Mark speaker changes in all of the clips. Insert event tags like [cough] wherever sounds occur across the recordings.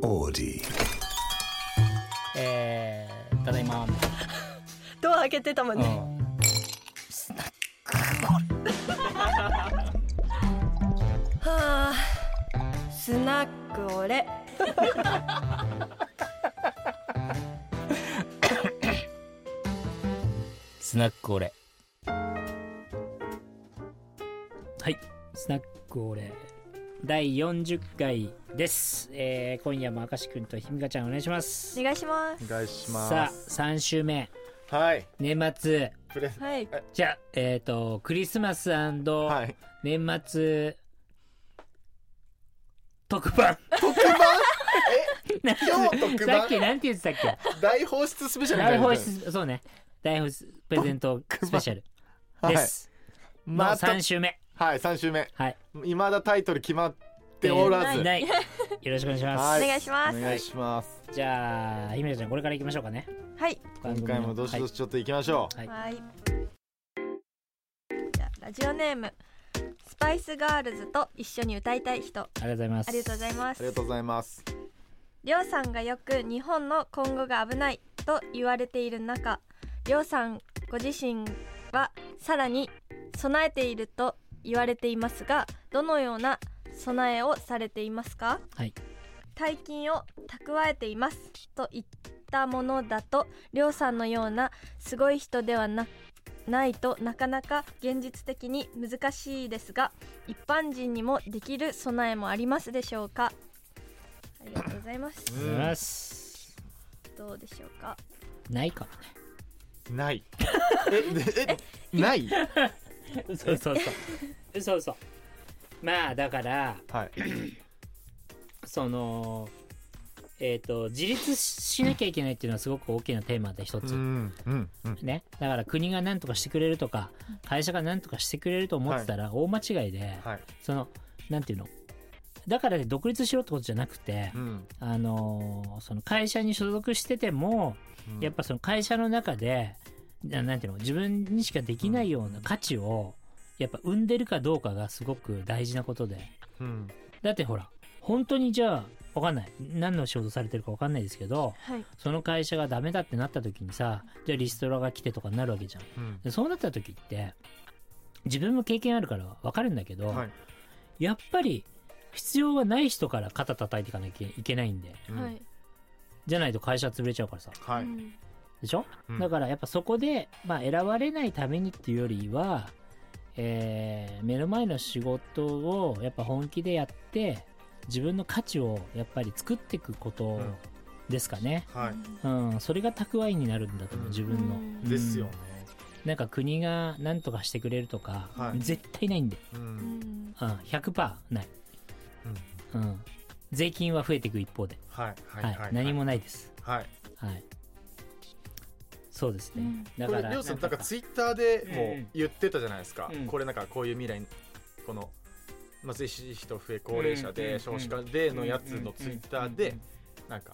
Speaker 1: melody.
Speaker 2: えー、ただいま、みたい
Speaker 3: ドア開けてたもん
Speaker 2: な。
Speaker 3: ね、
Speaker 2: うん
Speaker 3: はあスナックオレ
Speaker 2: スナックオレ。はい、スナックオレ。第40回です。えー、今夜も明石くんとひみかちゃんお願いします。
Speaker 3: お願いしま
Speaker 4: お願いします
Speaker 2: さあ、3週目。
Speaker 4: はい
Speaker 2: 年末。
Speaker 4: プレ
Speaker 3: すはい
Speaker 2: じゃあ、えっ、と、クリスマス
Speaker 4: はい
Speaker 2: 年末特番。
Speaker 4: 特番え今日特
Speaker 2: さっ
Speaker 4: 番
Speaker 2: きなんて言ってた
Speaker 4: [laughs]
Speaker 2: っけ
Speaker 4: 大放出スペシャルみた
Speaker 2: 大
Speaker 4: いな
Speaker 2: 放出、そうね。大放出プレゼントスペシャルです。の
Speaker 4: また
Speaker 2: 3週目。
Speaker 4: はい3週目
Speaker 2: はい。
Speaker 4: 未だタイトル決まっておらず、
Speaker 2: ない。よろしくお願いします。
Speaker 4: は
Speaker 3: お願いします
Speaker 4: お願いします
Speaker 2: じゃあ、姫野ちゃん、これから行きましょうかね。
Speaker 3: はい
Speaker 4: 今回もどしど
Speaker 2: し。
Speaker 4: しちょっと行きましょう、
Speaker 2: はい
Speaker 3: はいじゃあラジオネームスパイスガールズと一緒に歌いたい人
Speaker 2: ありがとうございます。
Speaker 3: ありがとうございます
Speaker 4: ありがとうございます
Speaker 3: りょうさんがよく日本の今後が危ないと言われている中りょうさんご自身はさらに備えていると言われていますがどのような備えをされていますか、
Speaker 2: はい
Speaker 3: 大金を蓄えていますといったものだとりょうさんのようなすごい人ではなないとなかなか現実的に難しいですが一般人にもできる備えもありますでしょうかありがとうございます
Speaker 2: ありがとうございます。
Speaker 3: どうでしょうか
Speaker 2: ないかも
Speaker 4: ないえでえない
Speaker 2: ね。そうそうそう。そうそう。まあ、だから、
Speaker 4: はい
Speaker 2: その、えっ、と、自立しなきゃいけないっていうのはすごく大きなテーマで一
Speaker 4: う
Speaker 2: つ。
Speaker 4: んうんうん
Speaker 2: ね、だから国が何とかしてくれるとか会社が何とかしてくれると思ってたら大間違いで、
Speaker 4: はい
Speaker 2: そのなんていうのだからって独立しろってことじゃなくて
Speaker 4: う、ん
Speaker 2: あのーその会社に所属してても、
Speaker 4: うん
Speaker 2: やっぱその会社の中でななんていうの自分にしかできないような価値をやっぱ生んでるかどうかがすごく大事なことで
Speaker 4: うん
Speaker 2: だってほら本当にじゃあ分かんない何の仕事されてるか分かんないですけど
Speaker 3: はい
Speaker 2: その会社がダメだってなった時にさじゃあリストラが来てとかになるわけじゃん。
Speaker 4: うん
Speaker 2: でそうなった時って自分も経験あるから分かるんだけど、
Speaker 4: はい
Speaker 2: やっぱり必要がない人から肩叩いていかなきゃいけないんで
Speaker 4: うん
Speaker 3: はい
Speaker 2: じゃないと会社潰れちゃうからさ
Speaker 4: は
Speaker 3: う
Speaker 4: い
Speaker 3: ん
Speaker 2: でしょ、
Speaker 4: うん
Speaker 2: だからやっぱそこで、まあ、選ばれないためにっていうよりは、えー目の前の仕事をやっぱ本気でやって自分の価値をやっぱり作っていくこと
Speaker 4: うん
Speaker 2: ですかね、
Speaker 4: は
Speaker 2: うんそれが蓄えになるんだと思う
Speaker 4: うん
Speaker 2: 自分の、
Speaker 3: うん
Speaker 4: いですよ
Speaker 2: う
Speaker 4: ね
Speaker 2: んなんか国が何とかしてくれるとか、
Speaker 4: はい
Speaker 2: 絶対ないんで
Speaker 4: う
Speaker 3: うんん
Speaker 2: うん、100%ない、
Speaker 4: うん
Speaker 2: うん、税金は増えていく一方で、
Speaker 4: はい
Speaker 2: は
Speaker 4: はいいはい
Speaker 2: 何もないです、
Speaker 4: はい
Speaker 2: はい、そうですね、
Speaker 3: うん
Speaker 2: だ
Speaker 4: こ
Speaker 2: か
Speaker 4: れ
Speaker 2: ら
Speaker 4: りょうさんなんか
Speaker 2: か
Speaker 4: ツイッターで
Speaker 2: うんう
Speaker 4: も
Speaker 2: ん
Speaker 4: 言ってたじゃないですか、
Speaker 2: うん
Speaker 4: これなんかこういう未来にこの貧しい人増え高齢者
Speaker 2: うんうんう
Speaker 4: で
Speaker 2: ん
Speaker 4: 少子化でのやつのツイッターでなんか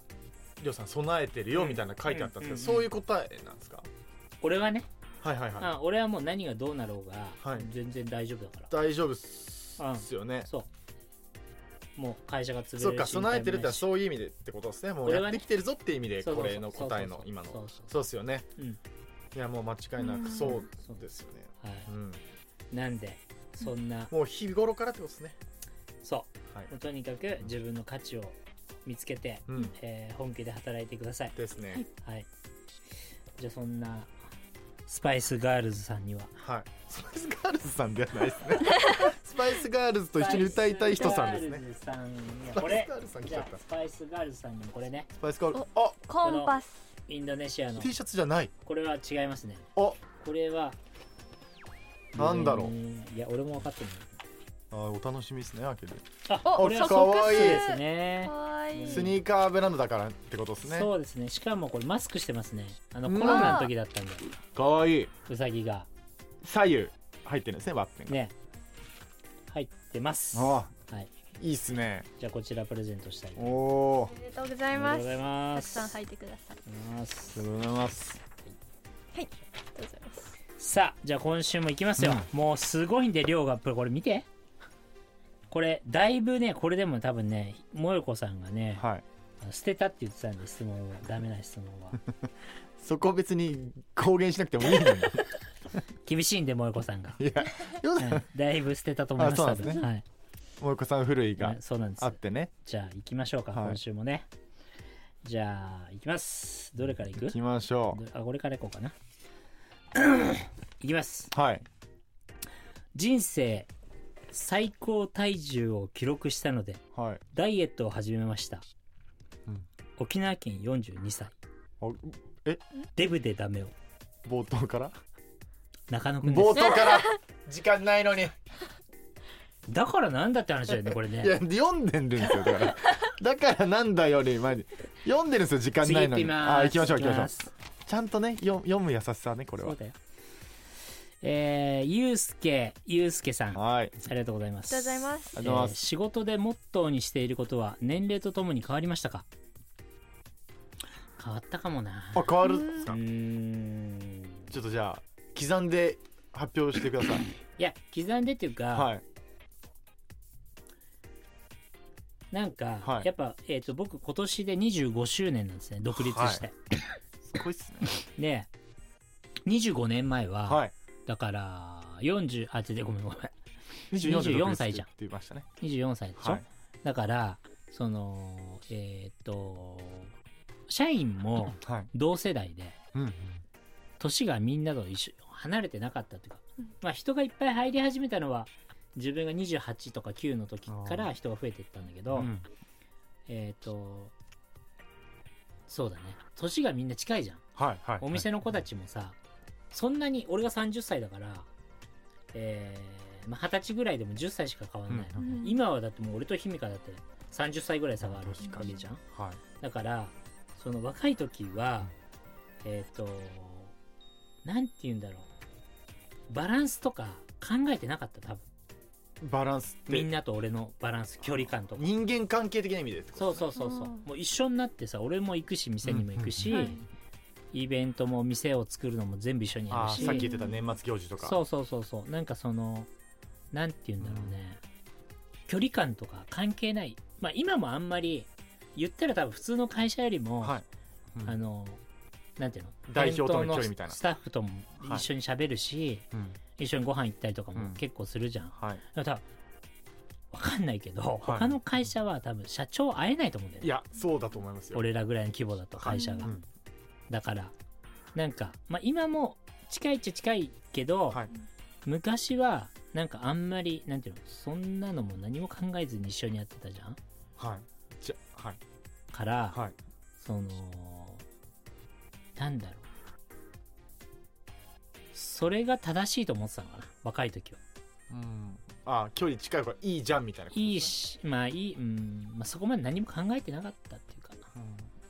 Speaker 4: りょうさん備えてるよみたいなの書いてあったんですけど
Speaker 2: うん
Speaker 4: そうういう答えなんですか
Speaker 2: 俺はね、
Speaker 4: はいはいはい
Speaker 2: あ俺はもう何がどうなろうが、
Speaker 4: はい
Speaker 2: 全然大丈夫だから
Speaker 4: 大丈夫っすよね
Speaker 2: そうもう会社が潰れる
Speaker 4: そうか
Speaker 2: 心配も
Speaker 4: 備えてるってのは
Speaker 2: ないし
Speaker 4: そういう意味でってことですねもう
Speaker 2: 俺はね
Speaker 4: やってきてるぞっていう意味で
Speaker 2: そうそ
Speaker 4: こ
Speaker 2: うそう
Speaker 4: れの答えの
Speaker 2: そうそうそう
Speaker 4: 今
Speaker 2: そ
Speaker 4: の
Speaker 2: うそう
Speaker 4: そうっすよね
Speaker 2: うん
Speaker 4: いやもう間違いなくそう
Speaker 2: そうで、
Speaker 4: ですすよね
Speaker 2: は
Speaker 4: うん
Speaker 2: い、なんでそんな、
Speaker 4: もう日頃からってことですね
Speaker 2: そ
Speaker 4: はいう
Speaker 2: もうとにかく自分の価値を見つけて、
Speaker 4: うん
Speaker 2: えー本気で働いてください
Speaker 4: ですね
Speaker 2: はい。じゃあそんなスパイスガールズさんには
Speaker 4: はい。スパイスガールズさんではないですね。スパイスガールズと一緒に歌いたい人さんですね。。
Speaker 2: スパイスガ
Speaker 4: スパ
Speaker 2: ールズさんいやこ
Speaker 4: イ
Speaker 2: れ
Speaker 4: スガールズさん来
Speaker 2: じ
Speaker 4: ちゃっ
Speaker 2: ゃあ
Speaker 4: た。ス
Speaker 2: スパイスガールズさんにもこれね
Speaker 4: パイスガールズ。あ、
Speaker 3: コンパス
Speaker 2: インドネシアの
Speaker 4: T シャツじゃない。
Speaker 2: これは違いますね。
Speaker 4: あ、
Speaker 2: これは
Speaker 4: なんだろう
Speaker 2: ーんいや俺も分かってる。
Speaker 4: あお楽しみですね、開ける。
Speaker 2: あ
Speaker 3: お
Speaker 2: これは
Speaker 4: かわいい
Speaker 2: そうですね
Speaker 3: か。わいい
Speaker 4: スニーカーブランドだからってことですね。
Speaker 2: そうですね。しかもこれマスクしてますね。あの
Speaker 4: う
Speaker 2: コ
Speaker 4: わ
Speaker 2: ロナの時だったんだよ。
Speaker 4: かわいい。
Speaker 2: うさぎが
Speaker 4: 左右入ってるんですね、ワッペンが。
Speaker 2: ね入ってます。は
Speaker 4: あ
Speaker 2: い。
Speaker 4: いいっすね。
Speaker 2: じゃあこちらプレゼントしたいと思い
Speaker 4: おお
Speaker 3: お。めでとうござい
Speaker 2: ます。あ
Speaker 3: ま
Speaker 2: りが
Speaker 3: す
Speaker 2: とうございま
Speaker 3: たく
Speaker 2: す。
Speaker 3: さん入ってください
Speaker 2: ます
Speaker 4: ありがとうございます。
Speaker 3: はいありがとうございます
Speaker 2: さあじゃあ今週も行きますよ、もうすごいんで量がこれ見てこれだいぶねこれでも多分ねもよこさんがね
Speaker 4: はい。
Speaker 2: 捨てたって言ってたんで質問はダメな質問は
Speaker 1: そこ別に公言しなくてもいいのに
Speaker 2: 厳しいんで萌子さ
Speaker 1: [laughs]
Speaker 2: んが、
Speaker 1: いやよう
Speaker 2: う
Speaker 1: さ
Speaker 2: ん
Speaker 1: ん
Speaker 2: だいぶ捨てたと思います
Speaker 1: あそうなんですね
Speaker 2: 多分はい
Speaker 1: 萌子さん古いが
Speaker 2: そうなんです
Speaker 1: あってね
Speaker 2: じゃあ行きましょうか、
Speaker 1: はい
Speaker 2: 今週もねじゃあ行きますどれから行く
Speaker 1: 行きましょ
Speaker 2: どあこれから行こうかな [clears throat] 行きます
Speaker 1: うはい
Speaker 2: 人生最高体重を記録したので
Speaker 1: はい
Speaker 2: ダイエットを始めました、
Speaker 1: うん
Speaker 2: 沖縄県42歳
Speaker 1: お
Speaker 2: デブでダメを
Speaker 1: 冒頭から
Speaker 2: 中野くんで
Speaker 1: 冒
Speaker 2: す
Speaker 1: 頭から
Speaker 4: [laughs]
Speaker 1: 時間ないのにい
Speaker 2: だからなんだって話だよねこれね
Speaker 1: や読んでるんですよだ
Speaker 2: [laughs]
Speaker 1: からだからなんだよりマジ読んでるんですよ時間
Speaker 2: 次
Speaker 1: な
Speaker 2: 行
Speaker 1: い
Speaker 2: っ
Speaker 1: の
Speaker 2: て
Speaker 1: に
Speaker 2: みます
Speaker 1: あ行きましょう行きましょう
Speaker 2: す
Speaker 1: ちゃんとねよ読む優しさねこれ
Speaker 2: そ
Speaker 1: は
Speaker 2: うだよえー、ゆうすけゆうすけさんあ
Speaker 1: はい
Speaker 2: りがとうございます
Speaker 3: りがとうございます
Speaker 1: ありがとうございます
Speaker 2: えー仕事でモットーにしていることは年齢とともに変わりましたか変わったかもな
Speaker 1: あ変わるんです
Speaker 2: う
Speaker 1: か
Speaker 2: ーん
Speaker 1: ちょっとじゃあ刻んで発表してください
Speaker 2: いや刻んでっていうか、
Speaker 1: はい
Speaker 2: なんか、
Speaker 1: はい
Speaker 2: やっぱ、えー、と僕今年で25周年なんですね独立して、
Speaker 1: すごいっすね
Speaker 2: で25年前は、
Speaker 1: はい
Speaker 2: だから40あ違うごめんごめ
Speaker 1: 24
Speaker 2: ん
Speaker 1: で独立
Speaker 2: 24歳じゃん
Speaker 1: って言いましたね
Speaker 2: 24歳でしょ、
Speaker 1: はい
Speaker 2: だからそのえっ、と社員も
Speaker 1: はい
Speaker 2: 同世代で
Speaker 1: うん
Speaker 2: 年がみんなと一緒離れてなかったというか、まあ、人がいっぱい入り始めたのは自分が28とか9の時から人が増えていったんだけど、
Speaker 1: うん
Speaker 2: えっ、とそうだね年がみんな近いじゃん
Speaker 1: はいはい
Speaker 2: お店の子たちもさ、そんなに俺が30歳だから、えーまあ、20歳ぐらいでも10歳しか変わんないの、
Speaker 1: うん
Speaker 3: うん
Speaker 2: 今はだってもう俺とひみかだって30歳ぐらい差があるわ
Speaker 1: 確か
Speaker 2: けじゃん
Speaker 1: はい
Speaker 2: だからその若い時はえっ、となんて言うんだろうバランスとか考えてなかった多分
Speaker 1: バランスって
Speaker 2: みんなと俺のバランス距離感とか
Speaker 1: 人間関係的な意味でってこ
Speaker 2: そ
Speaker 1: と
Speaker 2: うそうそうそう
Speaker 3: うん
Speaker 2: もう一緒になってさ俺も行くし店にも行くし、
Speaker 1: うん
Speaker 3: うんうん
Speaker 2: イベントも店を作るのも全部一緒にや
Speaker 1: あ
Speaker 2: る
Speaker 1: あ
Speaker 2: し
Speaker 1: さっき言ってた年末行事とか
Speaker 2: そうそうそうそうなんかそのなんて言うんだろうね、距離感とか関係ないまあ今もあんまり言ったら多分普通の会社よりも、
Speaker 1: はい
Speaker 2: あのなんていうの
Speaker 1: 代表との距離
Speaker 2: 伝統
Speaker 1: みたいな
Speaker 2: スタッフとも
Speaker 1: はい
Speaker 2: 一緒に喋るし、
Speaker 1: うん
Speaker 2: 一緒にご飯行ったりとか
Speaker 1: う
Speaker 2: も
Speaker 1: ん
Speaker 2: 結構するじゃん、
Speaker 1: はい
Speaker 2: だから多分わかんないけど、他の会社は多分社長会えないと思うんだよ
Speaker 4: い
Speaker 2: ね
Speaker 4: やそうだと思いますよ
Speaker 2: 俺らぐらいの規模だと会社が、
Speaker 1: はいうん
Speaker 2: だからなんか、まあ、今も近いっちゃ近いけど、
Speaker 1: はい
Speaker 2: 昔はなんかあんまりなんていうのそんなのも何も考えずに一緒にやってたじゃん
Speaker 1: はいじゃはい
Speaker 2: から、
Speaker 1: はい
Speaker 2: そのなんだろうそれが正しいと思ってたのかな若い時は
Speaker 1: うん
Speaker 4: あ距離近い方がいいじゃんみたいなことですね
Speaker 2: いいしまあいい、うんまあ、そこまで何も考えてなかったっていうか
Speaker 1: うん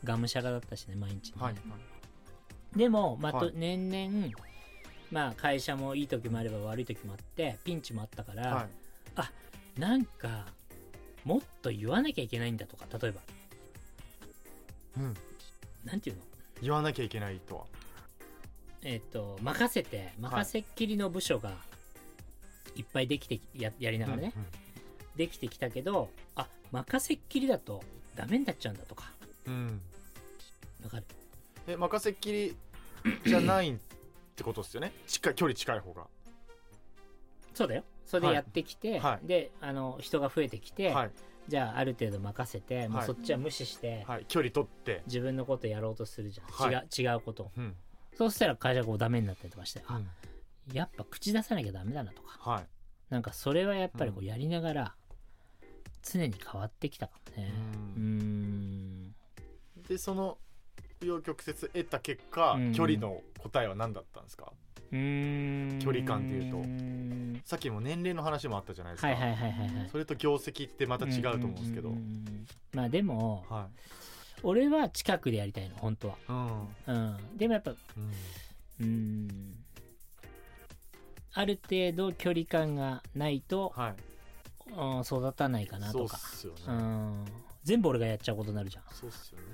Speaker 2: がむしゃらだったしね毎日ね、
Speaker 1: はい
Speaker 2: でも、まあ
Speaker 1: はい
Speaker 2: と年々まあ会社もいい時もあれば悪い時もあってピンチもあったから、
Speaker 1: はい
Speaker 2: なんかもっと言わなきゃいけないんだとか例えば
Speaker 1: うん
Speaker 2: なんていうの
Speaker 1: 言わなきゃいけないとは
Speaker 2: えっ、と任せて任せっきりの部署がいっぱいできてきややりながらね、できてきたけどあ任せっきりだとダメになっちゃうんだとか
Speaker 1: うんうん
Speaker 2: わかる
Speaker 4: え任せっきりじゃないってことですよね近い距離近い方が
Speaker 2: そうだよそれでやってきて、
Speaker 4: はいは
Speaker 2: であの人が増えてきて、
Speaker 4: はい
Speaker 2: じゃあある程度任せて、もう
Speaker 4: はい
Speaker 2: そっちは無視して、
Speaker 4: はい距離取って
Speaker 2: 自分のことやろうとするじゃ
Speaker 4: は
Speaker 2: ん、違う違うことを
Speaker 1: うん
Speaker 2: そうしたら会社がこうダメになったりとかして、
Speaker 1: う
Speaker 2: あ
Speaker 1: ん
Speaker 2: やっぱ口出さなきゃダメだなとか
Speaker 1: はい
Speaker 2: なんかそれはやっぱりこ
Speaker 1: う
Speaker 2: うやりながら常に変わってきたかもねうーん
Speaker 4: でその紆余曲折得た結果、
Speaker 2: うん
Speaker 4: 距離の答えは何だったんですか
Speaker 2: うーん
Speaker 4: 距離感でいうと
Speaker 2: ーん
Speaker 4: さっきも年齢の話もあったじゃないですか、
Speaker 2: はいはいはいはいはい
Speaker 4: それと業績ってまた違うと思うんですけど、
Speaker 2: んんうんまあでも
Speaker 1: は
Speaker 2: 俺は近くでやりたいの本当は、
Speaker 1: いうん
Speaker 2: うん、でもやっぱう
Speaker 1: うん
Speaker 2: ーんある程度距離感がないと、
Speaker 1: はい
Speaker 2: うん育たないかな
Speaker 4: そう
Speaker 2: と
Speaker 4: っ
Speaker 2: か
Speaker 4: すよね、
Speaker 2: うん全部俺がやっちゃうことになるじゃん
Speaker 4: そうっすよね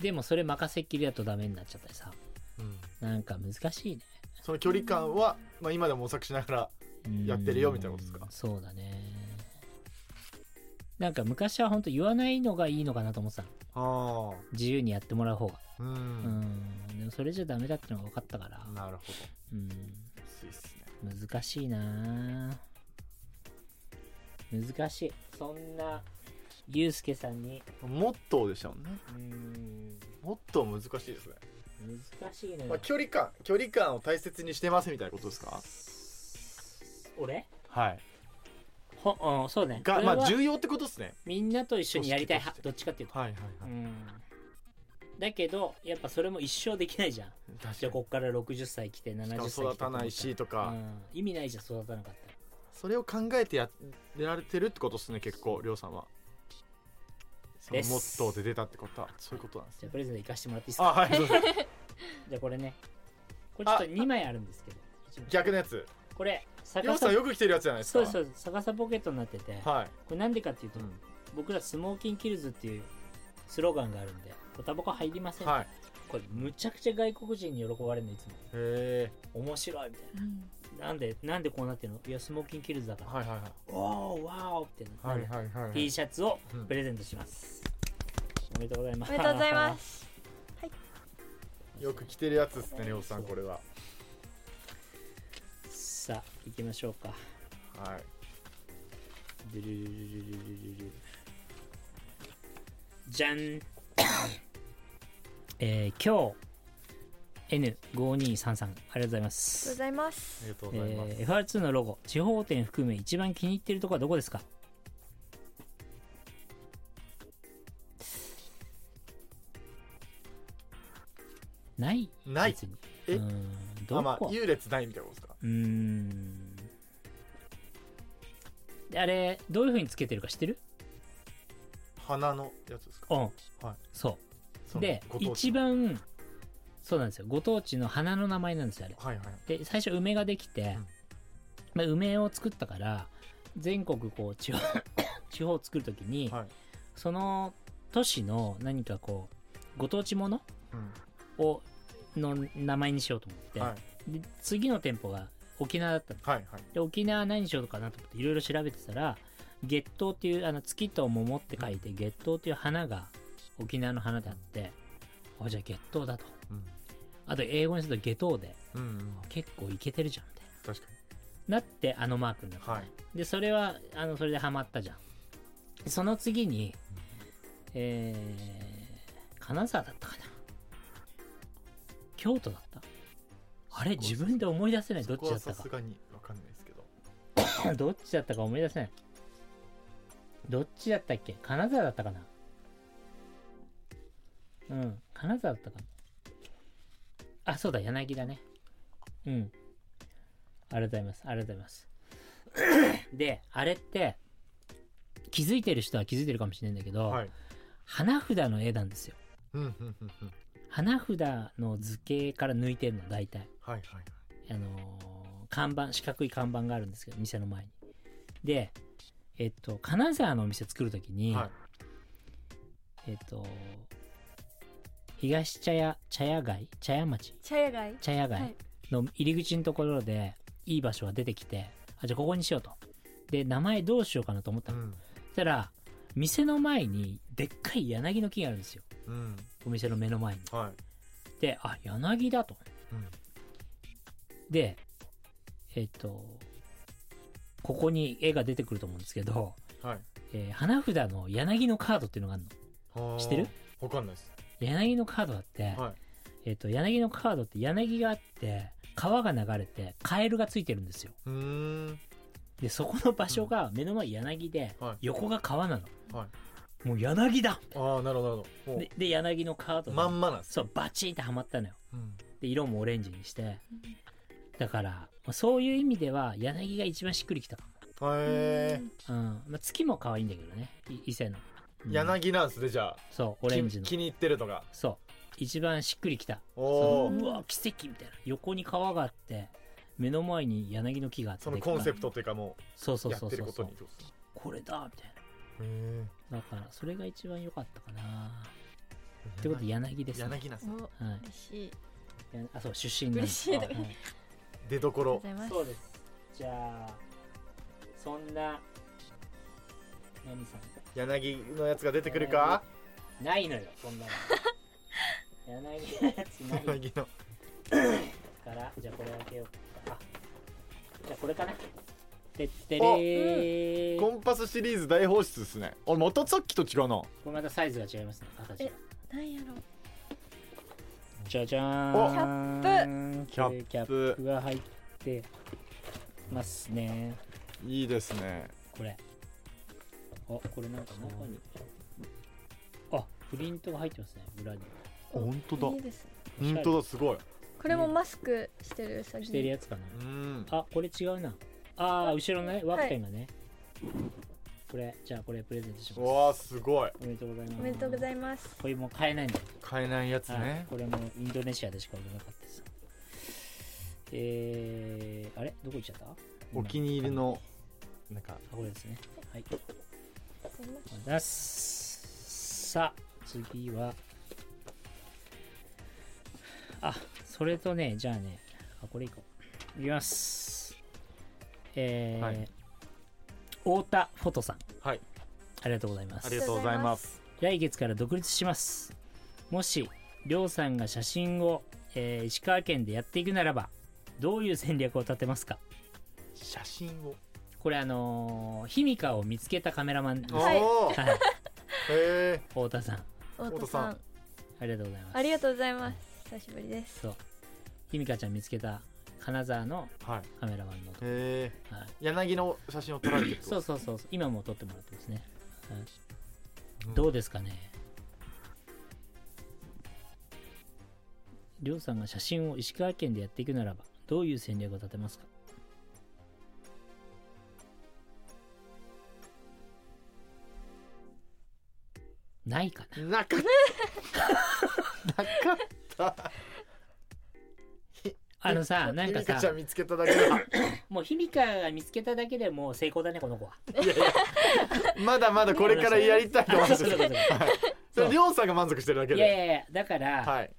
Speaker 2: でもそれ任せっきりだとダメになっちゃったりさ
Speaker 1: うん
Speaker 2: なんか難しいね
Speaker 4: その距離感は、まあ、今でも模索しながら
Speaker 2: うん
Speaker 4: やってるよみたいなことですか
Speaker 2: そうだねなんか昔は本当言わないのがいいのかなと思ってた
Speaker 4: あ
Speaker 2: 自由にやってもらう方が
Speaker 4: あう、
Speaker 2: うんんでもそれじゃダメだってのが分かったから
Speaker 4: なるほど
Speaker 2: うん
Speaker 4: いいっすね
Speaker 2: 難しいな難しいそんなゆうすけさんに
Speaker 1: モットーでしたもんね
Speaker 2: うん
Speaker 4: もっと難しいですね、
Speaker 2: 難しいの
Speaker 4: まあ、
Speaker 2: よ
Speaker 4: 距離感距離感を大切にしてますみたいなことですか
Speaker 2: 俺
Speaker 4: はい
Speaker 2: ほ、うん、そうね
Speaker 4: が
Speaker 2: それは
Speaker 4: まあ重要ってことですね
Speaker 2: みんなと一緒にやりたい派ど
Speaker 4: 組
Speaker 2: っちかっていうと
Speaker 4: はいはい
Speaker 2: うんだけどやっぱそれも一生できないじゃん
Speaker 4: 確
Speaker 2: じゃあこっから60歳来て70歳来て
Speaker 4: しかも育たないしとか、
Speaker 2: うん意味ないじゃん育たなかったら
Speaker 4: それを考えてややられてるってことですね結構りょうさんはその
Speaker 2: です
Speaker 4: モットーで出たってことはそういうことなんです
Speaker 2: じゃ
Speaker 4: ね
Speaker 2: あプレゼント行かしてもらっていいです
Speaker 4: あ
Speaker 2: か
Speaker 4: はいそうそう
Speaker 2: じゃあこれねこれちょっと2枚あるんですけど一枚
Speaker 4: 逆のやつ
Speaker 2: これ
Speaker 4: りょ
Speaker 2: 逆
Speaker 4: うさ
Speaker 2: さ
Speaker 4: んよく着てるやつじゃないです
Speaker 2: そう
Speaker 4: か
Speaker 2: ですそうです逆さポケットになっててこ
Speaker 4: はい
Speaker 2: れなんでかっていうと
Speaker 4: うん
Speaker 2: 僕らスモーキンキルズっていうスローガンがあるんでこれタバコ入りません
Speaker 4: はいへ
Speaker 2: これむちゃくちゃ外国人に喜ばれるのいつも
Speaker 4: え
Speaker 2: 面白いみたい
Speaker 3: うん
Speaker 2: ななんでなんでこうなってるのいやスモーキンキルズだから
Speaker 4: はいはい
Speaker 2: おーわおってな
Speaker 4: はいはい
Speaker 2: る
Speaker 4: はいはい
Speaker 2: T シャツを
Speaker 4: うん
Speaker 2: プレゼントします、おめでとうございま
Speaker 3: お
Speaker 2: す
Speaker 3: めでとうございますす
Speaker 4: よく着てるやつですねりょうさんこれは
Speaker 2: さあ行きましょうか
Speaker 4: はい
Speaker 2: ルルルルルルルルルじゃん [coughs] えー、今日 N5233 ありがとうございま
Speaker 3: ありがとうご
Speaker 2: す
Speaker 3: ざいま
Speaker 4: あり
Speaker 3: す
Speaker 4: がとうございます、
Speaker 2: えー、FR2 のロゴ地方店含め一番気に入ってるとこはどこですかない
Speaker 4: ない
Speaker 2: 別に
Speaker 4: え
Speaker 2: うんど
Speaker 4: あまあ
Speaker 2: こ
Speaker 4: 優劣ないみたいなことですか
Speaker 2: うーんであれどういう風につけてるか知ってる
Speaker 4: 花のやつですか
Speaker 2: うん、
Speaker 4: はい
Speaker 2: そ
Speaker 4: そうの
Speaker 2: で
Speaker 4: ご当地の
Speaker 2: 一番そうなんですよご当地の花の名前なんですよあれ
Speaker 4: はいはい
Speaker 2: で最初梅ができて、まあ、梅を作ったから全国こう地方 [coughs] 地方を作るときに、
Speaker 4: はい
Speaker 2: その都市の何かこうご当地もの
Speaker 4: うん
Speaker 2: をの名前にしようと思って、
Speaker 4: はい
Speaker 2: で次の店舗が沖縄だったの
Speaker 4: はいはい
Speaker 2: で沖縄何しようかなと思っていろいろ調べてたら月桃っていうあの月と桃って書いて月桃っていう花が沖縄の花であってあじゃあ月桃だと
Speaker 4: うん
Speaker 2: あと英語にすると月桃で
Speaker 4: うんうん
Speaker 2: 結構いけてるじゃんみたい
Speaker 4: 確か
Speaker 2: ななってあのマークになった、
Speaker 4: にはい
Speaker 2: でそれはあのそれでハマったじゃんでその次にえー、金沢だったかな京都だったあれ自分で思い出せないどっちだった
Speaker 4: そこはさ
Speaker 2: か
Speaker 4: すがにわかんないですけど
Speaker 2: [laughs] どっちだったか思い出せない。どっちだったっけ金沢だったかなうん、金沢だったかも。あ、そうだ、柳だね。うん。ありがとうございます。ありがとうございます。 [coughs] で、あれって、気づいてる人は気づいてるかもしれないんだけど、
Speaker 4: はい
Speaker 2: 花札の絵なんですよ。
Speaker 4: うんうんうんうん
Speaker 2: 花札の図形から抜いてるの、大体。
Speaker 4: はいはい
Speaker 2: あのー看板、四角い看板があるんですけど、店の前に。で、えっと、金沢のお店作るときに、
Speaker 4: はい
Speaker 2: えっと、東茶屋、茶屋街、茶屋町、
Speaker 3: 茶屋街
Speaker 2: 茶屋
Speaker 3: は
Speaker 2: 街
Speaker 3: い
Speaker 2: の入り口のところで、いい場所が出てきて、あ、じゃあここにしようと。で、名前どうしようかなと思った
Speaker 4: う
Speaker 2: の。
Speaker 4: ん
Speaker 2: そしたら、店の前に、でっかい柳の木があるんですよ。
Speaker 4: うん
Speaker 2: お店の目の前に。
Speaker 4: はい
Speaker 2: で、あ、柳だと。
Speaker 4: うん
Speaker 2: で、えっ、と、ここに絵が出てくると思うんですけど、
Speaker 4: はい
Speaker 2: えー花札の柳のカードっていうのがあるの。
Speaker 4: はあ
Speaker 2: 知ってる
Speaker 4: わかんないです
Speaker 2: 柳のカードがあって、
Speaker 4: はい
Speaker 2: えっ、と、柳のカードって柳があって、川が流れて、カエルがついてるんですよ。
Speaker 4: うーん
Speaker 2: で、そこの場所が目の前柳で、
Speaker 4: はい
Speaker 2: 横が川なの。
Speaker 4: は
Speaker 2: もう柳だ
Speaker 4: ああなるほどなるほども
Speaker 2: でで、柳のカード
Speaker 4: う
Speaker 2: が
Speaker 4: まんまなんです
Speaker 2: そう、バチンってはまったのよ。
Speaker 4: うん
Speaker 2: で、色もオレンジにして。だから、まあそういう意味では、柳が一番しっくりきたかも。
Speaker 4: へえ
Speaker 2: うんまあ、月も可愛いんだけどねい伊勢の、うん
Speaker 4: 柳なんすねじゃあ
Speaker 2: そうオレンジの
Speaker 4: 気気に入ってるのが
Speaker 2: そう一番しっくりきた
Speaker 4: お
Speaker 2: そ
Speaker 4: お
Speaker 2: のうわ奇跡みたいな横に川があって目の前に柳の木があって
Speaker 4: そのコンセプトっていうかも
Speaker 2: そうそうう
Speaker 4: や
Speaker 2: そ
Speaker 4: っ
Speaker 2: う
Speaker 4: て
Speaker 2: そ
Speaker 4: るこ
Speaker 2: うそ
Speaker 4: と
Speaker 2: う
Speaker 4: にどうす
Speaker 2: これだみたい
Speaker 4: るへ
Speaker 2: なだからそれが一番良かったかな
Speaker 4: え
Speaker 2: ってことで柳です、ね、
Speaker 4: 柳なんすね
Speaker 3: お
Speaker 2: はい
Speaker 3: 嬉しい
Speaker 2: やあそう出身なんです
Speaker 3: 嬉しい
Speaker 2: は
Speaker 4: 出どこ
Speaker 3: ありが
Speaker 4: ろ
Speaker 3: とうございます
Speaker 2: そうですじゃあそんな何さん
Speaker 4: 柳のやつが出てくるか
Speaker 2: ないのよそ
Speaker 3: [laughs]
Speaker 2: んなの柳のやつない
Speaker 4: 柳の
Speaker 2: からじゃあこれ開けようかあじゃあこれかなてってれー
Speaker 1: コンパスシリーズ大放出ですね俺またさっきと違うな
Speaker 2: これまたサイズが違いますね形が
Speaker 3: えなんやろ
Speaker 2: じゃじゃーん
Speaker 3: キ
Speaker 1: キャップ
Speaker 2: キャップが入ってますね
Speaker 1: いいですね
Speaker 2: これあこれなんか中にあプリントが入ってますね裏に
Speaker 1: あ本当だ
Speaker 3: いいです
Speaker 1: 本当だすごい
Speaker 3: これもマスクしてるうさぎ
Speaker 2: してるやつかな
Speaker 1: うん
Speaker 2: あこれ違うなあー後ろのねワッペンがね、これじゃあこれプレゼントし
Speaker 1: う
Speaker 2: ます
Speaker 1: わあすごい
Speaker 2: おめでとうございます
Speaker 3: おめでとうございます
Speaker 2: これもう買えないんだ
Speaker 1: 買えないやつ
Speaker 2: はい
Speaker 1: ね、
Speaker 2: これもインドネシアでしか売れなかったですえー、あれどこ行っちゃった
Speaker 1: お気に入りのなんか
Speaker 2: あこれですねはいありがとうございますさあ次はあそれとねじゃあねあこれいこういきますえー
Speaker 1: はい
Speaker 2: 太田フォトさん
Speaker 4: はい
Speaker 2: ありがとうございます
Speaker 1: ありがとうございます
Speaker 3: す
Speaker 2: 来月から独立しますもしりょうさんが写真を、えー石川県でやっていくならばどういう戦略を立てますか
Speaker 4: 写真を
Speaker 2: これあのー、ヒミカを見つけたカメラマンです、
Speaker 4: お
Speaker 2: は
Speaker 3: はい
Speaker 4: おー
Speaker 2: い、
Speaker 4: へえ
Speaker 2: 太田さん
Speaker 3: 太田
Speaker 4: 田
Speaker 3: さ
Speaker 4: さ
Speaker 3: ん
Speaker 4: ん
Speaker 2: ありがとうございます
Speaker 3: ありがとうございます久しぶりです
Speaker 2: そうひみかちゃん見つけた金沢の
Speaker 1: はい
Speaker 2: カメラマンのとこ、
Speaker 1: へえ
Speaker 2: はい、
Speaker 1: 柳の写真を撮られてる
Speaker 2: そうそうそうそう今も撮ってもらってますね、はいどうですかねりょうさんが写真を石川県でやっていくならばどういう戦略を立てますかないかな
Speaker 1: な
Speaker 2: [laughs]
Speaker 1: かったなかっ
Speaker 2: あのさなんか
Speaker 4: ミカ
Speaker 2: さ
Speaker 4: ちゃん見つけただけだ
Speaker 2: もうひみかが見つけただけでもう成功だねこの子は
Speaker 1: まだまだこれからやりたいと思
Speaker 2: あ
Speaker 1: っ
Speaker 2: [laughs] そう
Speaker 1: て
Speaker 2: そうそうそう
Speaker 1: そ
Speaker 2: そう
Speaker 1: れりょうさんが満足してるだけ
Speaker 2: いやい
Speaker 1: で
Speaker 2: やいやだから、
Speaker 1: はい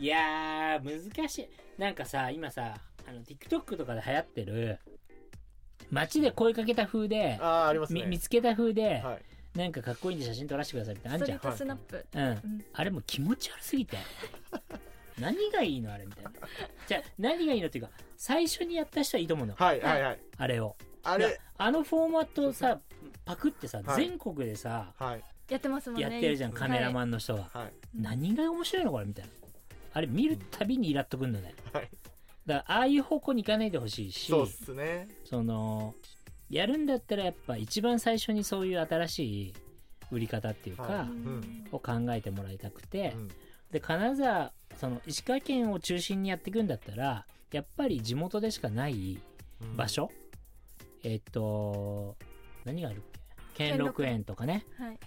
Speaker 2: いやー難しいなんかさ今さあの TikTok とかで流行ってる街で声かけた風で
Speaker 4: あああります
Speaker 2: み
Speaker 4: ね
Speaker 2: 見つけた風で、
Speaker 4: はい
Speaker 2: なんかかっこいいんで写真撮らせてくださいってあ
Speaker 3: ス
Speaker 2: ん
Speaker 3: ト
Speaker 2: じ
Speaker 3: リ
Speaker 2: ゃ
Speaker 3: ー
Speaker 2: ん、
Speaker 3: トスナップ
Speaker 2: うん
Speaker 3: うん
Speaker 2: あれもう気持ち悪す
Speaker 4: [laughs]
Speaker 2: ぎて何がいいのあれみたいなじゃあ何がいいのっていうか最初にやった人はいいと思うの
Speaker 4: はいはいはい
Speaker 2: あれを
Speaker 4: あ
Speaker 2: いや
Speaker 4: れ
Speaker 2: あのフォーマットをさパクってさ、
Speaker 4: はい
Speaker 2: 全国でさ
Speaker 4: はい
Speaker 3: やってますもんね
Speaker 2: やってるじゃん、
Speaker 4: うん
Speaker 2: カメラマンの人が、
Speaker 4: はい
Speaker 2: 何が面白いのこれみたいなあれ見るたびにイラっとくんのね、
Speaker 4: はい
Speaker 2: だからああいう方向に行かないでほしいし
Speaker 4: そうっすね
Speaker 2: そのやるんだったらやっぱ一番最初にそういう新しい売り方っていうか、
Speaker 4: は
Speaker 3: うん
Speaker 4: うん
Speaker 2: を考えてもらいたくて、
Speaker 4: うん
Speaker 2: で金沢その石川県を中心にやっていくんだったらやっぱり地元でしかない場所、えっと何があるっけ兼六園とかね
Speaker 3: はい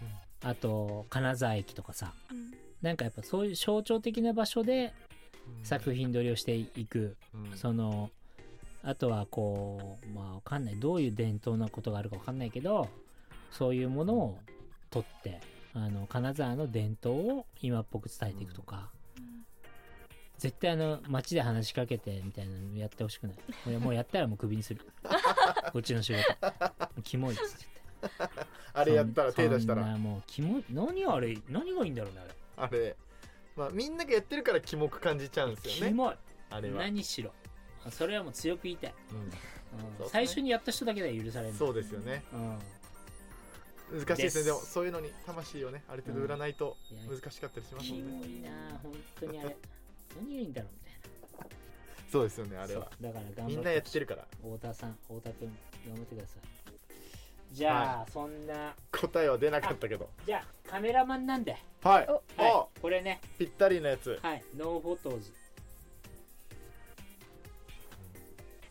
Speaker 2: あと金沢駅とかさ
Speaker 3: うん
Speaker 2: なんかやっぱそういう象徴的な場所で
Speaker 4: うん
Speaker 2: 作品撮りをしていく、
Speaker 4: うん
Speaker 2: そのあとはこうまあわかんないどういう伝統なことがあるかわかんないけどそういうものを撮ってあの金沢の伝統を今っぽく伝えていくとか、絶対あの街で話しかけてみたいなのやってほしくない俺もうやったらもうクビにする
Speaker 4: [laughs]
Speaker 2: こっちの仕事キモいっつって
Speaker 4: あれやったら手出した
Speaker 2: そん
Speaker 4: ら
Speaker 2: なもうキモい何あれ何がいいんだろうねあれ
Speaker 4: あれまあみんながやってるからキモく感じちゃうんですよ
Speaker 2: キ
Speaker 4: ね
Speaker 2: モい
Speaker 4: あれは
Speaker 2: 何しろそれはもう強く言いたい、うん
Speaker 4: そうっすね
Speaker 2: 最初にやった人だけでは許され
Speaker 4: う
Speaker 2: る
Speaker 4: んそうですよね
Speaker 2: うん
Speaker 4: 難しいですね
Speaker 2: です
Speaker 4: でもそういうのに魂をねある程度売らないと
Speaker 2: いや
Speaker 4: 難しかったりします
Speaker 2: キ
Speaker 4: もんね
Speaker 2: モいな本当にあれ何がいいんだろうみたいな
Speaker 4: そうですよねあれは
Speaker 2: そうだから頑張って
Speaker 4: みんなやってるから
Speaker 2: 太田さん太田君頑張ってくださいじゃあ、そんな
Speaker 4: 答えは出なかったけど
Speaker 2: じゃあカメラマンなんで、
Speaker 4: はい
Speaker 3: お
Speaker 2: はい
Speaker 4: お
Speaker 2: これね
Speaker 4: ぴったりのやつ
Speaker 2: はいノーフォトーズ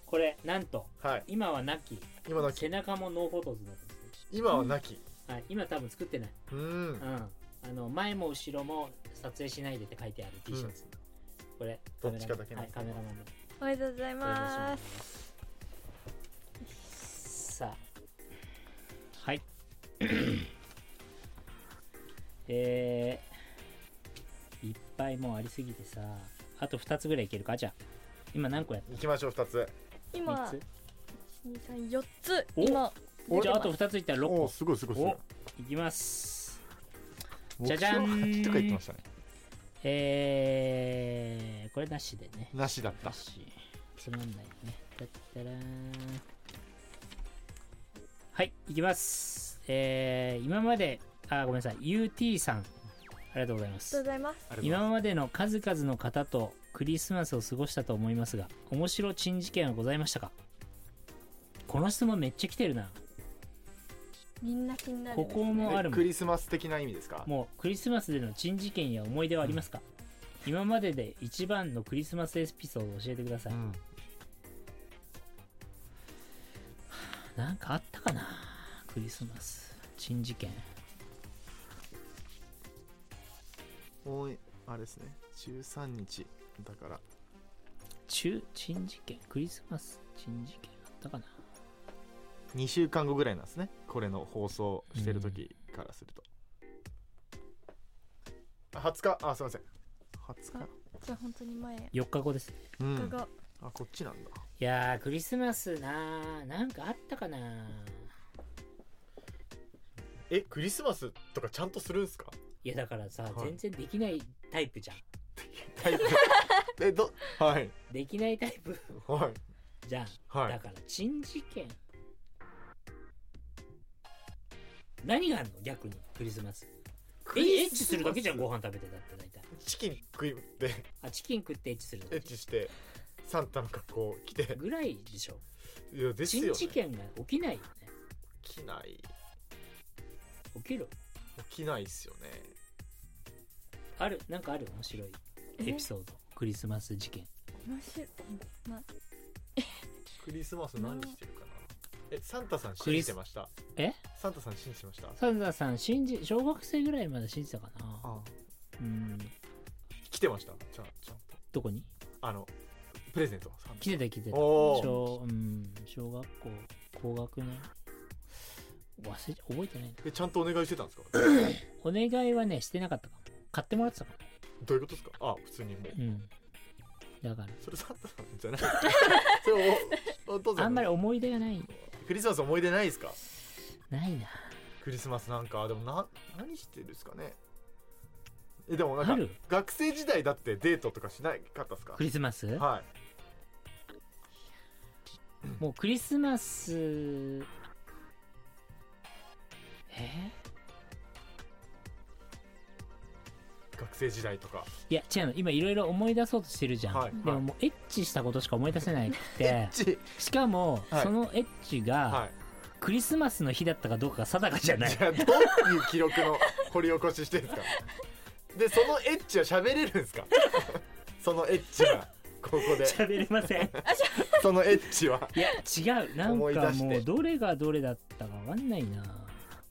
Speaker 2: これなんと
Speaker 4: はい
Speaker 2: 今はなき
Speaker 4: 今の
Speaker 2: 背中もノーフォトーズになってます
Speaker 4: 今はなき
Speaker 2: はい今多分作ってない
Speaker 4: うん
Speaker 2: うんあの前も後ろも撮影しないでって書いてある T シャツ、これ
Speaker 4: どっちかだけ
Speaker 2: カメラ
Speaker 4: ね
Speaker 2: マンはいカメラマンの
Speaker 3: おめでとうございます
Speaker 2: さあ
Speaker 1: [clears throat]
Speaker 2: はいえー、いっぱいもうありすぎてさあと2つぐらいいけるかじゃあ今何個やっ
Speaker 4: 行きましょう2つ
Speaker 2: た
Speaker 3: 今
Speaker 2: 3つ
Speaker 3: 二三四つ
Speaker 2: お
Speaker 3: 今
Speaker 2: じゃああと2ついったら6
Speaker 1: お
Speaker 2: 個
Speaker 1: すごいすごいすごい
Speaker 2: おいきます
Speaker 1: 目
Speaker 2: じゃじゃ
Speaker 1: 標
Speaker 2: ん
Speaker 1: 8とか言ってましたね
Speaker 2: えー、これなしでね
Speaker 1: なしだった
Speaker 2: なしつまんないねだったらはいいきますえー、今まであごめんなさい UT さんありがとうございま
Speaker 3: とう
Speaker 2: す
Speaker 3: ございます
Speaker 2: 今までの数々の方とクリスマスを過ごしたと思いますが面白珍事件はございましたかこの質問めっちゃ来てるな
Speaker 3: みんな気になる
Speaker 2: ここもあるもん
Speaker 1: クリスマス的な意味ですか
Speaker 2: もうクリスマスでの珍事件や思い出はありますか、今までで一番のクリスマスエピソードを教えてください、
Speaker 1: ん、
Speaker 2: なんかあったかなクリスマス珍事件
Speaker 1: おいあれですね13日だから
Speaker 2: 中珍事件クリスマス珍事件あったかな
Speaker 1: 2週間後ぐらいなんですねこれの放送してる時からすると、あ20日あすいません20日
Speaker 3: じゃあ本当に前
Speaker 2: 4日後です
Speaker 1: う
Speaker 3: こ
Speaker 1: ん
Speaker 3: こ
Speaker 1: あこっちなんだ
Speaker 2: いやークリスマスなーなんかあったかな
Speaker 4: えクリスマスとかちゃんとするんすか
Speaker 2: いやだからさ、
Speaker 1: はい
Speaker 2: 全然できないタイプじゃん
Speaker 1: タイプえどはい
Speaker 2: できないタイプ [laughs]
Speaker 1: はい
Speaker 2: じゃん、
Speaker 1: は
Speaker 2: だ
Speaker 1: い
Speaker 2: から珍事件何があんの逆にクリスマスえエッチするだけじゃんご飯食べてだって大体
Speaker 4: チキン食い [laughs] って
Speaker 2: あチキン食ってエッチする
Speaker 4: エ
Speaker 2: だ
Speaker 4: ッチしてサンタの格好着て
Speaker 2: けぐらいでしょ
Speaker 4: いやです
Speaker 2: 珍
Speaker 4: よ、
Speaker 2: 事
Speaker 4: ね、
Speaker 2: 件が起きないよね
Speaker 4: 起きない
Speaker 2: 起きる
Speaker 4: 起きないっすよね
Speaker 2: あるなんかある面白いエピソードクリスマス事件
Speaker 3: 面白い、ま、
Speaker 4: クリスマス何してるかなえサンタさん信じてました
Speaker 2: え
Speaker 4: サンタさん信じてました
Speaker 2: サンザさん信じ小学生ぐらいまで信じたかな
Speaker 1: あ
Speaker 2: うん
Speaker 4: 来てましたちゃんちゃんと
Speaker 2: どこに
Speaker 4: あのプレゼントサンタ
Speaker 2: 来てた来てた
Speaker 4: おー
Speaker 2: 小,、うん、小学校高学年忘れちゃ覚えてないな
Speaker 4: えちゃんとお願いしてたん
Speaker 2: [laughs]
Speaker 4: ですか
Speaker 2: お願いはねしてなかったかも買ってもらってたか
Speaker 4: どういうことですかあ普通にもう
Speaker 2: もうんだから
Speaker 4: それサンタさんじゃ
Speaker 2: [laughs]
Speaker 4: ないそれおお父さんの
Speaker 2: あんまり思い出がない
Speaker 4: クリスマス思い出ないですか
Speaker 2: ないな
Speaker 4: クリスマスなんかでもな何してるんですかねえでもな
Speaker 2: あ
Speaker 4: んか
Speaker 2: る
Speaker 4: 学生時代だってデートとかしなかったですか
Speaker 2: クリスマス
Speaker 4: はい
Speaker 2: もうクリスマスえ
Speaker 4: 学生時代とか
Speaker 2: いや違うの今いろいろ思い出そうとしてるじゃん、
Speaker 4: はい
Speaker 2: でももうエッチしたことしか思い出せないって
Speaker 1: ち
Speaker 2: しかも、
Speaker 1: はい
Speaker 2: そのエッチが
Speaker 4: はい
Speaker 2: クリスマスの日だったかどうかが定かじゃない
Speaker 4: じゃあどういう記録の掘り起こししてるんですかでそのエッチは喋れるんですか [laughs] そのエッチはここで
Speaker 2: 喋れません
Speaker 4: そのエッチはい
Speaker 2: や
Speaker 4: [laughs]
Speaker 2: 違うなん
Speaker 4: 思い出
Speaker 2: か
Speaker 4: し
Speaker 2: も
Speaker 4: て
Speaker 2: うどれがどれだったかわかんないな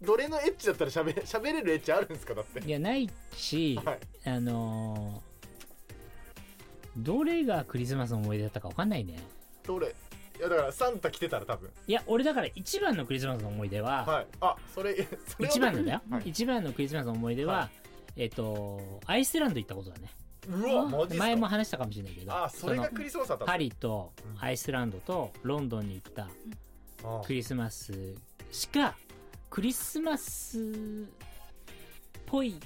Speaker 4: どれのエッチだったら喋喋れるエッチあるんですかだって
Speaker 2: いやないし、
Speaker 4: はい
Speaker 2: あのーどれがクリスマスの思い出だったかわかんないね
Speaker 4: どれいやだからサンタ来てたら多分
Speaker 2: いや俺だから一番のクリスマスの思い出は、
Speaker 4: はいあそれそれは
Speaker 2: 一番なんだよ、
Speaker 1: はい
Speaker 2: 一番のクリスマスの思い出は、
Speaker 4: は
Speaker 2: えっ、とアイスランド行ったことだね
Speaker 4: うわマジっすか
Speaker 2: 前も話したかもしれないけど
Speaker 4: あそれが
Speaker 2: その
Speaker 4: クリスマスだった
Speaker 2: パ
Speaker 4: リ
Speaker 2: リとアイスランドとロンドンに行ったクリスマスしかクリスマスっぽい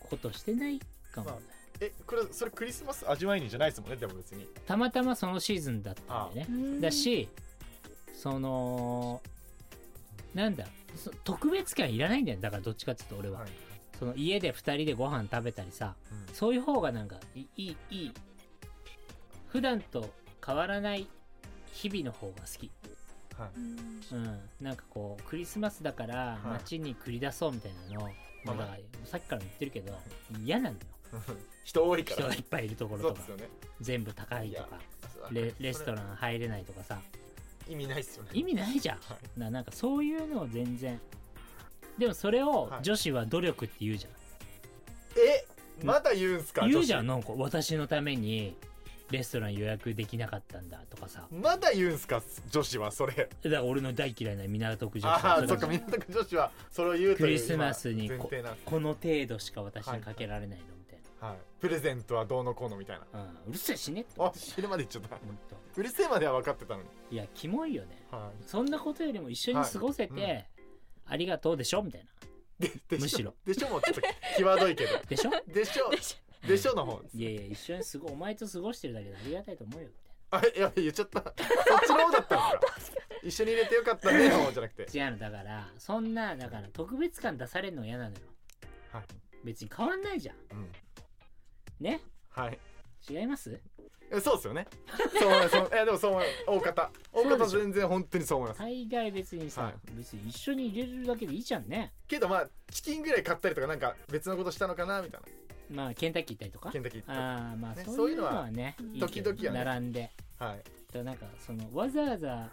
Speaker 2: ことしてないかもね、
Speaker 4: えこれそれクリスマス味わいにじゃないですもんねでも別に
Speaker 2: たまたまそのシーズンだったんだよねだしそのなんだそ特別感いらないんだよだからどっちかっていうと俺は、
Speaker 4: はい
Speaker 2: その家で2人でご飯食べたりさ
Speaker 4: うん
Speaker 2: そういう方がなんかいいいいいい普段と変わらない日々の方が好き
Speaker 3: うん
Speaker 2: うん、なんかこうクリスマスだから
Speaker 4: い
Speaker 2: 街に繰り出そうみたいなの、
Speaker 4: まあ
Speaker 2: まあだからさっきからも言ってるけど嫌なんだよ
Speaker 4: 人多いか
Speaker 2: 人
Speaker 4: ら
Speaker 2: がいっぱいいるところ
Speaker 4: そう
Speaker 2: と
Speaker 4: で
Speaker 2: か
Speaker 4: すよね
Speaker 2: 全部高いとかレレストラン入れないとかさ
Speaker 4: ン意味ないっすよね
Speaker 2: 意味ないじゃん、
Speaker 4: はい
Speaker 2: ななんかそういうのを全然でもそれを
Speaker 4: はい
Speaker 2: 女子は努力って言うじゃ
Speaker 4: えまだ言うんす
Speaker 2: ん、
Speaker 4: か
Speaker 2: 言うじゃん
Speaker 4: 女
Speaker 2: なんか私のためにレストラン予約できなかったんだとかさ
Speaker 4: 子まだ言うんすか女子はそれ
Speaker 2: だから俺の大嫌いな港区女子
Speaker 4: あ
Speaker 2: さ
Speaker 4: あ
Speaker 2: ん
Speaker 4: そっか港区女子はそれを言うという
Speaker 2: クリスマスに
Speaker 4: 今前
Speaker 2: こ
Speaker 4: 提なんです
Speaker 2: この程度しか私にかけられないのみたい
Speaker 4: はいプレゼントはどうのこうのみたいな
Speaker 2: な、うん、うるせえしねって
Speaker 4: あ知るまで言っちゃっ
Speaker 2: ほんと
Speaker 4: たうるせえまでは分かってたのに
Speaker 2: いやキモいよね
Speaker 4: は
Speaker 2: そんなことよりも一緒に過ごせて、
Speaker 4: はいうん
Speaker 2: ありがとうでしょみたいな
Speaker 4: で
Speaker 2: むしろ
Speaker 4: でしょもちょっと際どい
Speaker 2: [laughs]
Speaker 4: けど
Speaker 2: で
Speaker 4: [laughs]
Speaker 2: しょ
Speaker 4: でしょ
Speaker 3: でし
Speaker 4: でしょの方
Speaker 2: いやいや一緒にすごお前と過ごしてるだけでありがたいと思うよみたい
Speaker 4: あれやべ言っちゃったそっちの方だったのか一緒に入れてよかった
Speaker 2: [laughs]
Speaker 4: ねの方じゃなくて
Speaker 2: な違うのだからそんなだから特別感出されるの嫌なのよ
Speaker 4: はい
Speaker 2: 別に変わんないじゃん
Speaker 4: うん
Speaker 2: ね
Speaker 4: はい
Speaker 2: 違います
Speaker 4: えそうですよねそう思いますそうえでもそう思います大方大
Speaker 2: そうで
Speaker 4: 方
Speaker 2: しょ
Speaker 4: 全然本当にそう思います
Speaker 2: 大概別にさ、
Speaker 4: はい
Speaker 2: 別に一緒に入れるだけでいいじゃんね
Speaker 4: けどまあチキンぐらい買ったりとかなんか別のことしたのかなみたい
Speaker 2: まあケンタッキー行ったりとか
Speaker 4: なケンタッキー行っ
Speaker 2: ああまあ
Speaker 4: ね
Speaker 2: そういうのはね
Speaker 3: そういう
Speaker 2: いい
Speaker 4: のは
Speaker 2: けど
Speaker 4: 時々はね
Speaker 2: 並んで
Speaker 4: たはい
Speaker 2: だからなんかそのわざわざ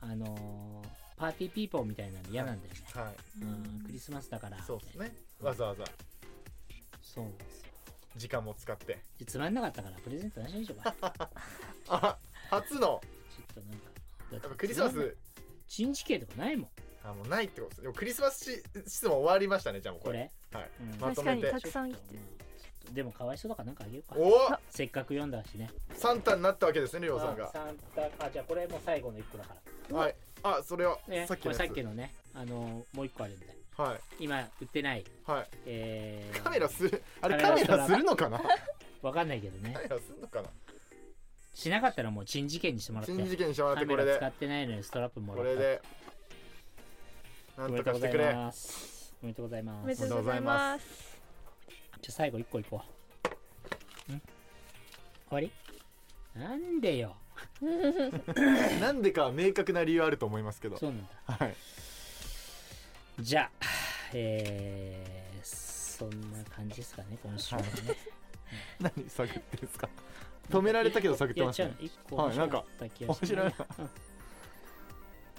Speaker 2: あのーパーティーピーポーみたいなの嫌なんだよね、
Speaker 4: はい
Speaker 2: うんクリスマスだから
Speaker 4: そうですねわざわざ
Speaker 2: そうなんですよ
Speaker 4: 時間も使って
Speaker 2: でつまんなかったからプレゼントなしに
Speaker 4: [laughs]
Speaker 2: しようかちょ
Speaker 4: あ初の
Speaker 2: っとなんかだっ
Speaker 4: や
Speaker 2: て
Speaker 4: っぱクリスマ
Speaker 2: つまんない
Speaker 4: ス
Speaker 2: 一日系とかないもん
Speaker 4: あもうないってことですでもクリスマスし質問終わりましたねじゃあもうこ
Speaker 2: こ
Speaker 4: れ
Speaker 2: れ
Speaker 4: はい
Speaker 2: うん
Speaker 4: まとめて
Speaker 3: 確かにたくさん来て
Speaker 2: ちょっとまあちょっとでもかわいそうだからなんかあげようか
Speaker 4: おお
Speaker 2: せっかく読んだしね
Speaker 4: サンタになったわけですねりょうさん
Speaker 2: あ
Speaker 4: が
Speaker 2: サンタあじゃあこれもう最後の一個だから
Speaker 4: はいあそれは
Speaker 2: ね、
Speaker 4: さっき
Speaker 2: こ
Speaker 4: のや
Speaker 2: れさっき
Speaker 4: つ
Speaker 2: のね、あのーもう一個あるんで、
Speaker 4: はい
Speaker 2: 今売ってない、
Speaker 4: はい
Speaker 2: えー、
Speaker 4: カメラするあれ
Speaker 2: カ
Speaker 4: カ
Speaker 2: メ
Speaker 4: メ
Speaker 2: ラ
Speaker 4: ラするのかなカ
Speaker 2: わかんないけどね、
Speaker 4: メラするの
Speaker 2: [laughs]
Speaker 4: かな
Speaker 2: しなかったらもう珍事件にしてもらって、
Speaker 4: 新事件してもらっ
Speaker 2: カ
Speaker 4: てこ
Speaker 2: メ
Speaker 4: れ
Speaker 2: ラ使
Speaker 4: で
Speaker 2: ってないのにストラップも
Speaker 4: こ
Speaker 2: らった。
Speaker 4: れでな
Speaker 2: お
Speaker 4: ん
Speaker 2: め
Speaker 4: と
Speaker 2: でと
Speaker 4: かし
Speaker 2: うござ
Speaker 4: て
Speaker 2: い
Speaker 4: くれ
Speaker 2: ます。おめでとうござい
Speaker 3: お
Speaker 2: ま。
Speaker 3: めですとうございます
Speaker 2: じゃあ最後一個いこう。ん終わりなんでよ。
Speaker 4: なんでかは明確な理由あると思いますけど
Speaker 2: そうなん
Speaker 4: は
Speaker 2: だ。
Speaker 4: い
Speaker 2: じゃあ、えー、そんな感じですかね、今週はね。
Speaker 4: 何探ってんですか止められたけど探っ
Speaker 2: い
Speaker 4: て
Speaker 2: や、
Speaker 4: ま
Speaker 2: 違
Speaker 4: すね
Speaker 2: う、一個
Speaker 4: は
Speaker 2: 面
Speaker 4: いな
Speaker 2: 白
Speaker 4: ん
Speaker 2: か
Speaker 4: か
Speaker 2: った気が
Speaker 4: 面
Speaker 2: し
Speaker 4: 白いな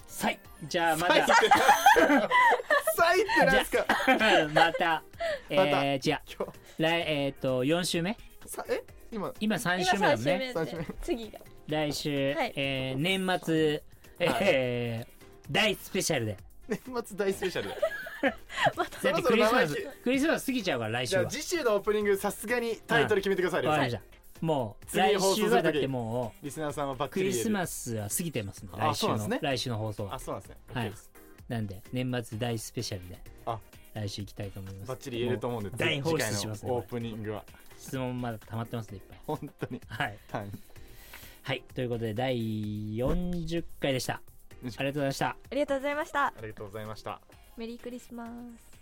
Speaker 2: さいじゃあまた。
Speaker 4: サイってなんですか [laughs]
Speaker 2: また、え
Speaker 4: ま
Speaker 2: ー、じゃ
Speaker 4: 今
Speaker 2: 来、えっ、と、4週目
Speaker 4: 日さえ今
Speaker 2: 今3
Speaker 3: 今
Speaker 2: 週目だもん
Speaker 3: 三週
Speaker 2: ね。
Speaker 3: 目
Speaker 4: 三
Speaker 3: で
Speaker 4: 週目
Speaker 2: [laughs]
Speaker 3: 次が
Speaker 2: 来週、
Speaker 3: はい
Speaker 2: えー年末、えー大スペシャルで。
Speaker 4: 年末大スペシャルで
Speaker 2: だって
Speaker 4: そろそ
Speaker 2: ク
Speaker 4: ろ
Speaker 2: リスマ
Speaker 4: 生意
Speaker 2: ス
Speaker 4: 気、
Speaker 2: クリスマス過ぎちゃうから来
Speaker 4: じ
Speaker 2: 週
Speaker 4: ゃ
Speaker 2: は。
Speaker 4: あ次週のオープニングさすがにタイトル決めてください、りょう
Speaker 2: わか
Speaker 4: さ
Speaker 2: りま
Speaker 4: ん
Speaker 2: した。もう、
Speaker 4: 次
Speaker 2: 来
Speaker 4: 放送す
Speaker 2: 週
Speaker 4: る時
Speaker 2: はだってもう、
Speaker 4: リスナーさんはバッ
Speaker 2: ク
Speaker 4: チリ
Speaker 2: リ
Speaker 4: 言え
Speaker 2: ス
Speaker 4: る
Speaker 2: マスは過ぎてますんで、
Speaker 4: あ
Speaker 2: 来週
Speaker 4: そうな
Speaker 2: の、
Speaker 4: んですね
Speaker 2: 来週の放送は
Speaker 4: あ。そうなんですね
Speaker 2: はい
Speaker 4: OK です
Speaker 2: なんで、年末大スペシャルで
Speaker 4: あ、
Speaker 2: 来週行きたいと思います。
Speaker 4: バッチリ言えると思うんで
Speaker 2: もう大放出します
Speaker 4: 次回
Speaker 2: ね
Speaker 4: のオープニングは
Speaker 2: 質問まだ溜まってますね、いっぱい。
Speaker 4: 本当に
Speaker 2: はい。
Speaker 4: はい
Speaker 2: はい、ということで第40回でした。ありがとうございました。
Speaker 3: ありがとうございました
Speaker 4: ありがとうございました
Speaker 3: メリークリスマス